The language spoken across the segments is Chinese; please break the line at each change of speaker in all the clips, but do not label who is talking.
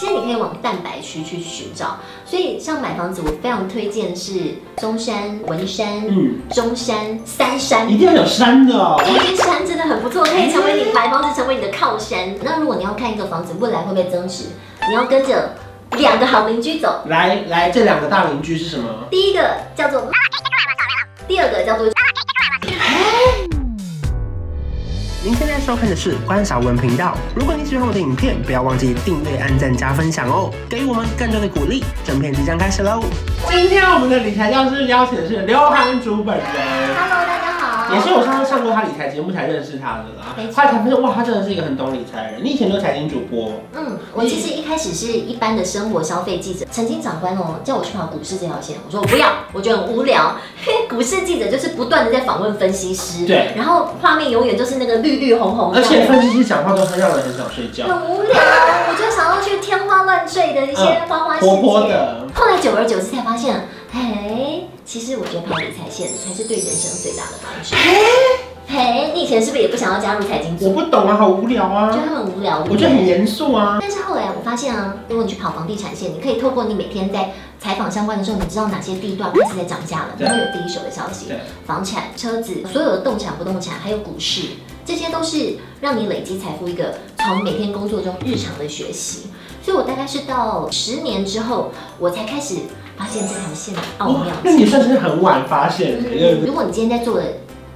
也可以往蛋白区去寻找。所以像买房子，我非常推荐是中山、文山、
嗯，
中山、三山
一。定要有山的哦。
这些山真的很不错，可以成为你买房子成为你的靠山。那如果你要看一个房子未来会不会增值，你要跟着两个好邻居走。
来来，这两个大邻居是什么？
第一个叫做， 第二个叫做，
您现在收看的是关少文频道。如果你喜欢我的影片，不要忘记订阅、按赞、加分享哦，给予我们更多的鼓励。整片即将开始喽！
今天我们的理财教师邀请的是刘涵竹本人。
Hello，大家好，
也是我上次上过他理财节目才认识他的啦，
没
后来
错
才发现哇，他真的是一个很懂理财的人。你以前做财经主播，
嗯，我其实一开始是一般的生活消费记者，曾经长官哦叫我去跑股市这条线，我说我不要，我觉得很无聊， 因为股市记者就是不断的在访问分析师，
对，
然后画面永远就是那个绿绿红红的，
而且分析师讲话都很让人很想睡觉，
很无聊，我就想要去天花乱坠的一些花花世界。
嗯活泼的。
后来久而久之才发现，嘿，其实我觉得跑理财线才是对人生最大的帮助。嘿，你以前是不是也不想要加入财经
我
组？
不懂啊，好无聊
觉
啊，
得很无聊，
我觉得很严肃啊。
但是后来我发现啊，如果你去跑房地产线，你可以透过你每天在采访相关的时候，你知道哪些地段开始在涨价了，你
对
会有第一手的消息
对。
房产、车子，所有的动产、不动产，还有股市，这些都是让你累积财富一个从每天工作中日常的学习。所以我大概是到十年之后，我才开始发现这条线的奥妙
哇。那你算是很晚发现的，对不对
如果你今天在做的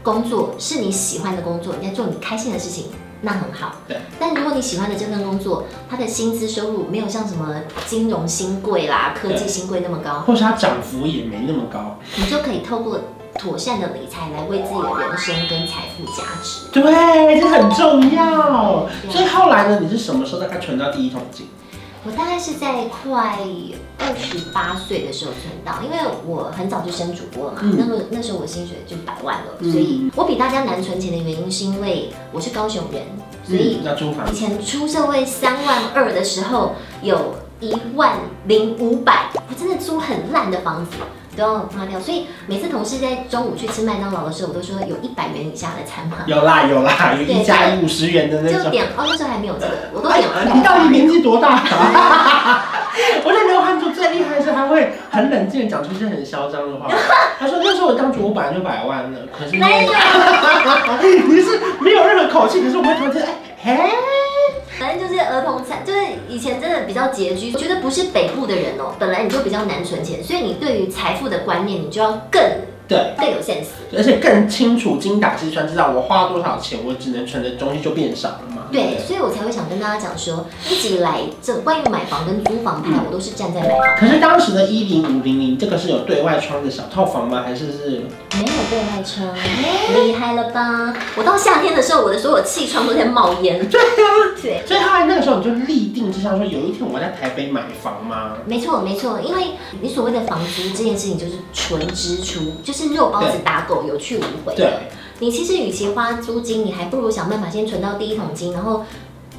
工作是你喜欢的工作，你在做你开心的事情，那很好。
对。
但如果你喜欢的这份工作，它的薪资收入没有像什么金融新贵啦、科技
对
新贵那么高，
或是它涨幅也没那么高。
你就可以透过妥善的理财来为自己的人生跟财富价值。
对，这很重要。
对
所以后来呢，你是什么时候大概存到第一桶金？
我大概是在快二十八岁的时候存到，因为我很早就升主播嘛，
嗯
那个那时候我薪水就百万了，
嗯
所以我比大家难存钱的原因是因为我是高雄人，所以
嗯要租房
以。前出社会三万二的时候，有一万零五百，我真的租很烂的房子都要花掉，所以每次同事在中午去吃麦当劳的时候，我都说有一百元以下的餐嘛，
有啦有啦，有一家五十元的那
就
种。
点哦那时候还没有这个，我都
哎
点外
你到底
卖。
年纪多大、 我觉得刘汉珠最厉害的是，他会很冷静的讲出一些很嚣张 的话。他说：“那时候我当主，我本来就百万了，可是因
没
为
有，
你是没有任何口气，可是我会突然间哎，
反正就是儿童餐，就是以前真的比较拮据。我觉得不是北部的人哦，本来你就比较难存钱，所以你对于财富的观念，你就要更
对，
更有 sense。
而且更清楚精打细算，知道我花多少钱，我只能存的东西就变少了嘛。不
对，所以我才会想跟大家讲说，一直以来这关于买房跟租房派，我都是站在买房，
可是当时的一零五零零，这个是有对外窗的小套房吗？还是是？
没有对外窗，厉害了吧？我到夏天的时候，我的所有气窗都在冒烟。 对啊，对，
所以后来那个时候你就立定志向说，有一天我在台北买房吗？
没错没错，因为你所谓的房租这件事情就是纯支出，就是肉包子打狗，有去无回
对
的。你其实与其花租金，你还不如想办法先存到第一桶金，然后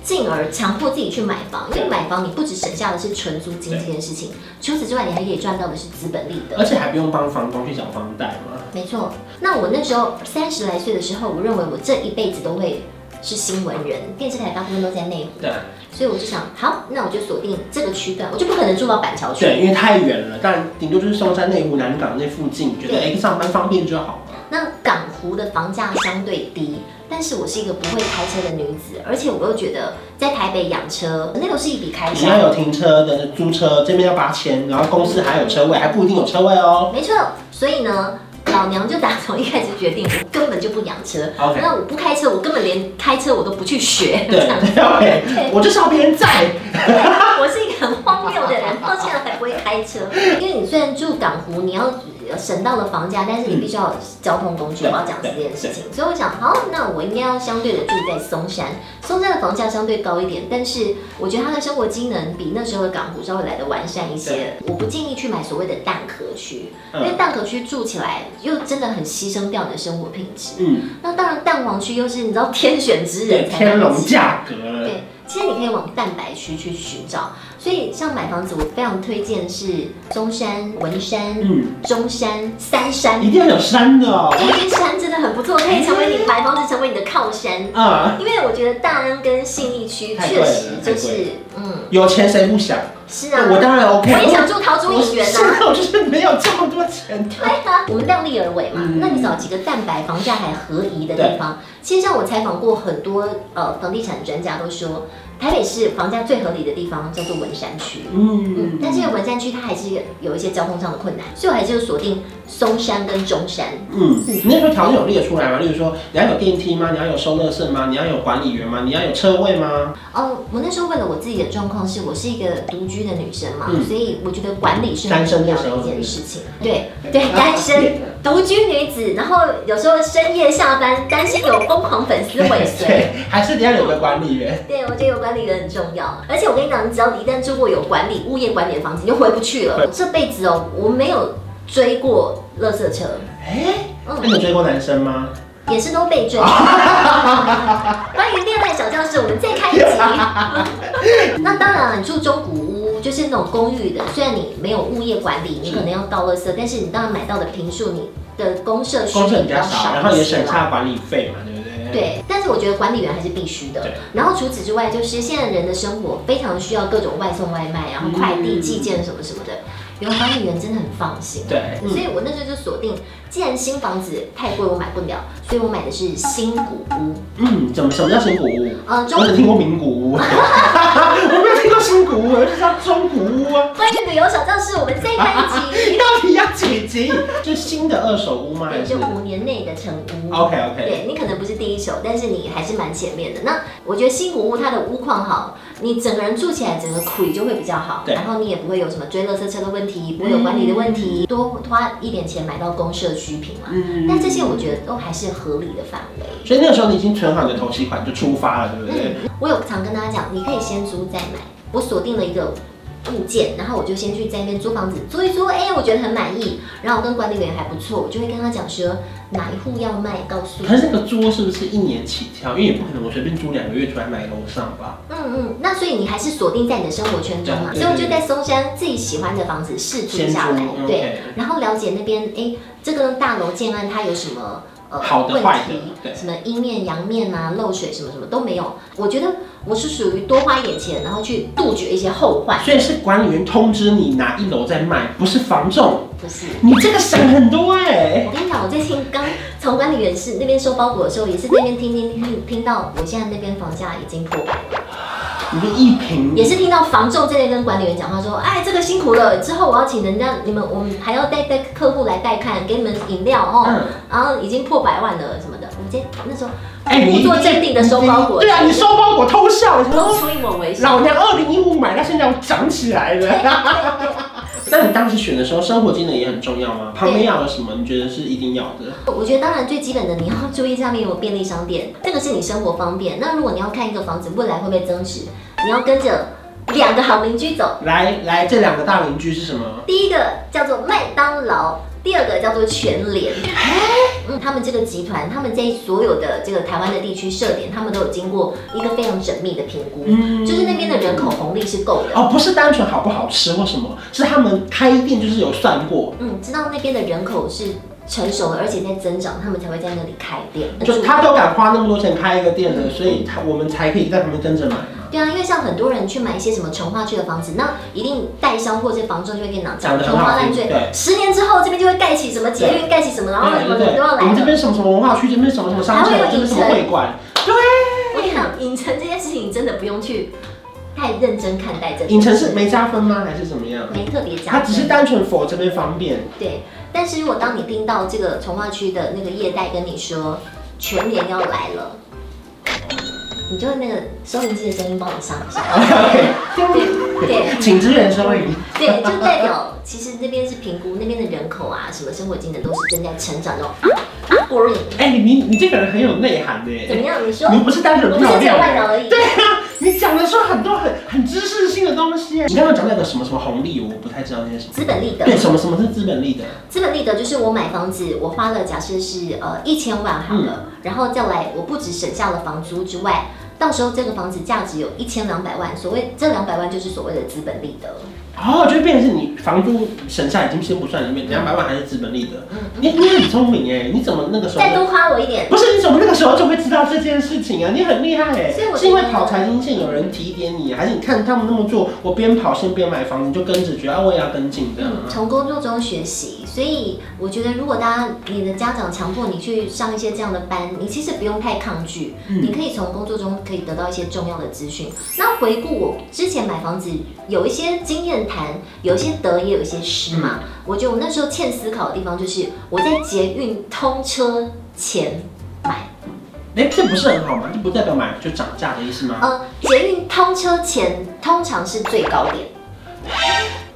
进而强迫自己去买房，因为买房你不只省下的是纯租金这件事情，除此之外，你还可以赚到的是资本利得。
而且还不用帮房东去找房贷嘛。
没错，那我那时候三十来岁的时候，我认为我这一辈子都会是新闻人，电视台大部分都在内湖，
对
所以我就想，好，那我就锁定这个区段，我就不可能住到板桥
对，
去。
因为太远了，但顶多就是松山内湖、南港那附近，觉得哎、上班方便就好了。
那港湖的房价相对低，但是我是一个不会开车的女子，而且我又觉得在台北养车那都是一笔开
你要
销。
有停车的租车，这边要八千，然后公司还有车位，还不一定有车位哦。
没错，所以呢，老娘就打从一开始决定，我根本就不养车。
OK，
那我不开车，我根本连开车我都不去学。
对 ，OK，我就是要别人在。
我是一个很荒谬的人，到现在还不会开车。因为你虽然住港湖，你要省到了房价，但是你必须要有交通工具。
对
我要讲这件事 情，所以我想，好，那我应该要相对的住在松山。松山的房价相对高一点，但是我觉得它的生活机能比那时候的港湖稍微来的完善一些。我不建议去买所谓的蛋壳区，因为
嗯
蛋壳区住起来又真的很牺牲掉你的生活品质。
嗯，
那当然，蛋黄区又是你知道天选之
对，
人才买得
天龙
起
价格了。
对，其实你可以往蛋白区去寻找，所以像买房子，我非常推荐是中山、文山、
嗯，
中山、三山，
一定要有山的哦。
这些山哎真的很不错，可以成为你买房子成为你的靠山。
啊、
因为我觉得大安跟信义区
太
确
贵了
实就
太贵
是，嗯，
有钱谁不想？
是啊，
我当然 OK，
我也想住桃竹影园
是
啊。
我就是没有这么多钱。
对啊，我们量力而为嘛。
嗯
那你找几个蛋白房价还合宜的地方。其实像我采访过很多呃房地产专家都说，台北市房价最合理的地方叫做文山区。嗯
嗯，
但是文山区它还是有一些交通上的困难，所以我还是就锁定松山跟中山。
嗯，你那时候条件有列出来吗？例如说，你要有电梯吗？你要有收垃圾吗？你要有管理员吗？你要有车位吗？
哦，我那时候为了我自己的状况，是我是一个独居的女生嘛，
嗯
所以我觉得管理是很重要的一件事情。对 对，单身。独居女子，然后有时候深夜下班，担心有疯狂粉丝尾随。
对，还是得要有个管理员。
对，我觉得有管理员很重要。而且我跟你讲，你只要一旦住过有管理、物业管理的房子，你就回不去了
对。
这辈子哦，我没有追过垃圾车，
哎、那
嗯，
你有追过男生吗？
也是都被 追。关于恋爱小教室，我们再开一集。 那当然了，你住中古屋，就是那种公寓的，虽然你没有物业管理，你可能要倒垃圾，但是你当然买到的平数，你的公社区
公司比
比
较
较
少，
少，
然后也省下管理费嘛，对不对？。
对，但是我觉得管理员还是必须的
对。
然后除此之外，就是现在人的生活非常需要各种外送外卖，然后快递、
嗯
寄件什么什么的，有管理员真的很放心。
对，
所
嗯，
以我那时候就锁定，既然新房子太贵，我买不了，所以我买的是新古屋。
嗯，怎么什么叫新古屋？
呃，中
我只 听过名古屋，我没有听过新古屋，我就知道中古屋啊。
关于旅游小教室，我们再开 一
你
集。
到底要几集？就新的二手屋吗？还
对，
是
就五年内的成屋。
？OK OK，
对你可能不是第一手，但是你还是蛮前面的。那我觉得新古屋它的屋况好，你整个人住起来整个腿就会比较好，
对
然后你也不会有什么追垃圾车的问题，不会有管理的问题，多花一点钱买到公社区品嘛。
嗯
那这些我觉得都还是合理的范围。
所以那个时候你已经存好你的头期款就出发了，对不对？
嗯，我有常跟大家讲，你可以先租再买。我锁定了一个物件，然后我就先去在那边租房子租一租，哎、我觉得很满意，然后我跟管理员还不错，我就会跟他讲说哪一户要卖，告诉我
可。是那个租是不是一年起跳？因为也不可能我随便租两个月出来买楼上吧？
嗯嗯，那所以你还是锁定在你的生活圈中嘛，
对对
所以我就在松山自己喜欢的房子试住
先租嗯
下来，对，
，OK，
然后了解那边哎，这个大楼建案它有什么呃
好的
问
坏的
题，
对
什么阴面阳面啊、漏水什么什么都没有，我觉得我是属于多花一点钱，然后去杜绝一些后患，
所以是管理员通知你哪一楼在卖，不是房仲。
不是。
你这个省很多哎、
我跟你讲，我最近刚从管理员室那边收包裹的时候，也是那边听听听听听到，我现在那边房价已经破百
嗯
了。
你就一瓶
也是听到房仲这类跟管理员讲话说，哎，这个辛苦了，之后我要请人家你们，我们还要带带客户来带看，给你们饮料哦，
嗯
然后已经破百万了什么的，我们今天那时候
哎
故作镇定的收包裹，
对啊，你收包裹偷笑，你
都
说
哦出以我为笑。
老娘二零一五买到现在我涨起来了。 那你当时选的时候，生活技能也很重要吗？旁边要有什么？你觉得是一定要的？
我觉得当然最基本的你要注意下面有没有便利商店，这个是你生活方便。那如果你要看一个房子未来会不会增值，你要跟着两个好邻居走，
来来，这两个大邻居是什么？
第一个叫做麦当劳，第二个叫做全联。
哎
嗯，他们这个集团，他们在所有的这个台湾的地区设点，他们都有经过一个非常缜密的评估，
嗯
就是那边的人口红利是够的。
哦，不是单纯好不好吃或什么，是他们开店就是有算过，
嗯，知道那边的人口是成熟的，而且在增长，他们才会在那里开店。
就是他都敢花那么多钱开一个店了，所以他我们才可以在旁边跟着买嘛。
对啊，因为像很多人去买一些什么从化区的房子，那一定代销或者房仲就会跟你讲，
讲得很
从
好
化烂醉
对，
十年之后这边就会盖起什么捷运，盖起什么，然后什么什么都要
我
来
们这
了。
边什么什么文化区，这边什么什么商
还
场
会有，
这边什么
影城
会馆，
我跟你讲，影城这件事情真的不用去太认真看待这件事。
影城是没加分吗？还是怎么样？
没特别加分，
它只是单纯否这边方便。
对，但是如果当你听到这个从化区的那个业代跟你说全联要来了，你就那个收银机的声音帮我上一下，对
请支援收银。
对，就代表其实那边是评估那边的人口啊，什么生活技能都是正在成长啊中。green
哎、你你你这个人很有内涵的
怎么
耶，
样？你说
你不是单纯
我不
漂
是只有
亮
外
的。
表而已。
对啊，你讲的是很多很很知识性的东西耶。你刚刚讲那个什么什么红利，我不太知道那些什么。
资本利得，
对，什么什么是资本利得？
资本利得就是我买房子，我花了假设是呃一千万好了，然后再来我不止省下了房租之外，到时候这个房子价值有一千两百万，所谓这两百万就是所谓的资本利得。
哦，就变成是你房租省下已经先不算里面两百万还是资本利得。
嗯
你你很聪明哎，你怎么那个时候
再多花我一点，
不是，你怎么那个时候就会知道这件事情啊？你很厉害哎、
所以我觉得
是因为跑财经线有人提点你，还是你看他们那么做，我边跑线边买房，你就跟着觉得啊我也要跟进这样啊？
嗯从工作中学习。所以我觉得，如果大家你的家长强迫你去上一些这样的班，你其实不用太抗拒，
嗯
你可以从工作中可以得到一些重要的资讯。那回顾我之前买房子，有一些经验谈，有一些得，也有一些失嘛。
嗯
我觉得我那时候欠思考的地方就是我在捷运通车前买。
哎、这不是很好吗？这不代表买就涨价的意思吗？
呃，捷运通车前通常是最高点，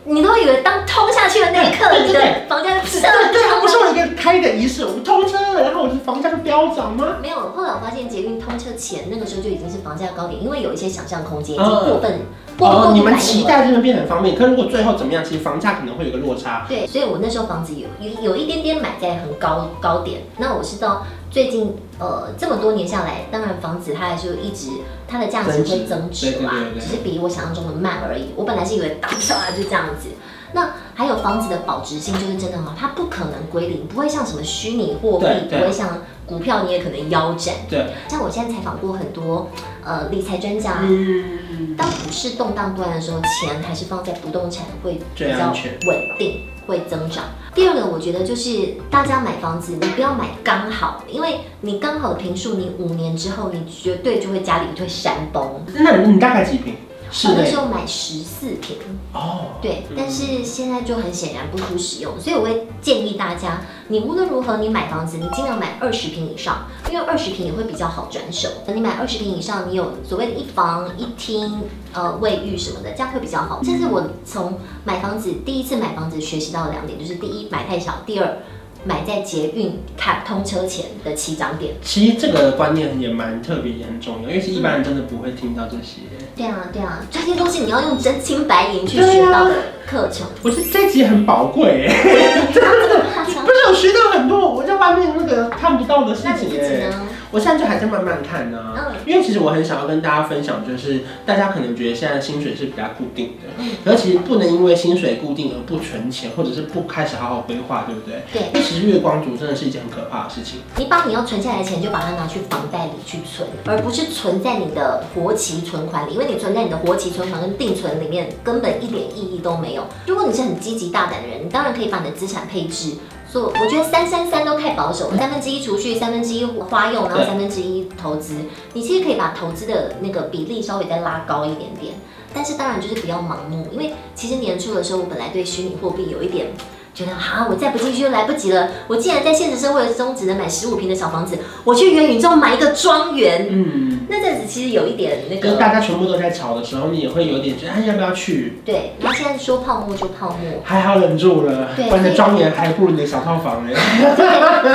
你都以为当通下去的那一刻，
对对
你
对
的房价就
对
上涨
对，它不是
了。
我一个开的仪式，我们通车了，然后我的房价就飙涨吗？
没有，后来我发现捷运通车前那个时候就已经是房价高点，因为有一些想象空间已经过分过分
嗯哦，
过
你
度反
们
应
期
了。
待这个变得很方便，可如果最后怎么样，其实房价可能会有个落差。
对，所以我那时候房子有有有一点点买在很高高点，那我是到最近呃这么多年下来，当然房子它还是一直它的价值会增值啦
增值对对对，对
只是比我想象中的慢而已。我本来是以为当下就这样子。那还有房子的保值性就是真的很好，它不可能归零，不会像什么虚拟货币
对，
不
对
会像股票你也可能腰斩。
对，
像我现在采访过很多呃理财专家，
嗯，
当股市动荡不安的时候，钱还是放在不动产会比
最
较
安全
稳定，会增长。第二个，我觉得就是大家买房子，你不要买刚好，因为你刚好的平数，你五年之后，你绝对就会家里就会山崩。
那你大概几平？
我
室
那
内
时候买十四平，
哦，
对
嗯，
但是现在就很显然不敷使用，所以我会建议大家，你无论如何你买房子，你尽量买二十平以上，因为二十平也会比较好转手。你买二十平以上，你有所谓的一房一厅、呃卫浴什么的，这样会比较好。这是我从买房子第一次买房子学习到的两点，就是第一买太小，第二买在捷运卡通车前的起涨点。
其实这个观念也蛮特别，也很重要，因为是一般人真的不会听到这些。
对啊，对啊，这些东西你要用真金白银去学到的课程。
我觉得这集很宝贵耶，不是我学到很多我在外面那个看不到的事
嗯那你
情
自己
耶。
呢？
我现在就还在慢慢看呢、
嗯
因为其实我很想要跟大家分享，就是大家可能觉得现在薪水是比较固定的，
嗯
可是其实不能因为薪水固定而不存钱，或者是不开始好好规划，对不对？
对
因为其实月光族真的是一件很可怕的事情。
你把你要存下来的钱，就把它拿去房贷里去存，而不是存在你的活期存款里，因为你存在你的活期存款跟定存里面根本一点意义都没有。如果你是很积极大胆的人，你当然可以把你的资产配置做。我觉得三三三都太保守，三分之一储蓄，三分之一花用，然后
对
三分之一投资。你其实可以把投资的那个比例稍微再拉高一点点，但是当然就是不要盲目，因为其实年初的时候，我本来对虚拟货币有一点。觉得啊，我再不进去就来不及了。我竟然在现实生活中只能买十五平的小房子，我去元宇宙买一个庄园。
嗯，
那阵子其实有一点那
跟大
个，
家全部都在吵的时候，你也会有点觉得，哎，要不要去？。
对。然后现在说泡沫就泡沫
还好忍住了，
对
不然你的庄园还不如你的小套房哎呢。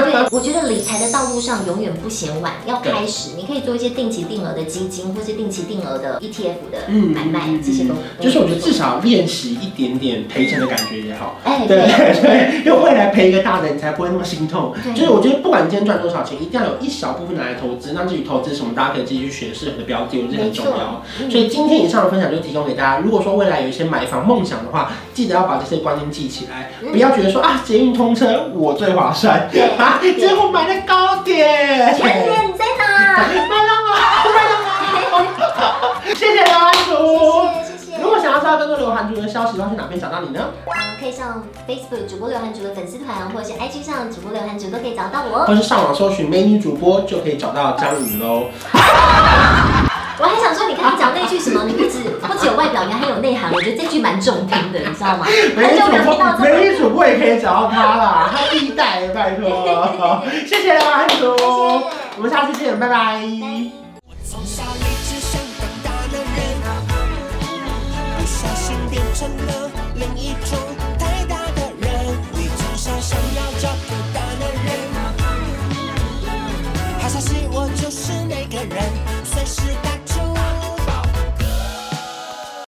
对，我觉得理财的道路上永远不嫌晚，要开始，你可以做一些定期定额的基金，或是定期定额的 ETF 的哎买卖，这些都
嗯就是我觉得至
自
少练习一点点赔钱的感觉也好。
哎
对
对
对对， 因为未来赔一个大的，你才不会那么心痛。
对
就是我觉得不管你今天赚多少钱，一定要有一小部分拿来投资，让自己投资什么，大家可以自己去学适合的标的，我觉得很重要。
嗯
所以今天以上的分享就提供给大家。如果说未来有一些买房梦想的话，记得要把这些观念记起来，
嗯
不要觉得说啊捷运通车我最划算，
对
啊结果买了高铁。
元哎姐你在哪？
谢谢刘涵竹。
谢谢谢谢
哦如。果想要知道更多刘涵竹的消息的话，去哪边找到你呢？
啊，可以上 Facebook 主播刘汉竹的粉丝团，或者是 IG 上主播刘汉竹都可以找到我哦。
或是上网搜寻美女主播就可以找到张哦宇喽。
我还想说，你刚刚讲那句什么，你不止不只有外表，你还有内涵，我觉得这句蛮中听的，你知道吗？
美
很
女
久没有
主
听到
播，
这个。
美女主播也可以找到她啦，她第一代，拜托。谢谢刘涵竹，我们下次见，拜拜
拜
从小一直想当大男人，不小心变成了另一种太大的人。你从小想要找个大男人，好消息我就是那个人，随时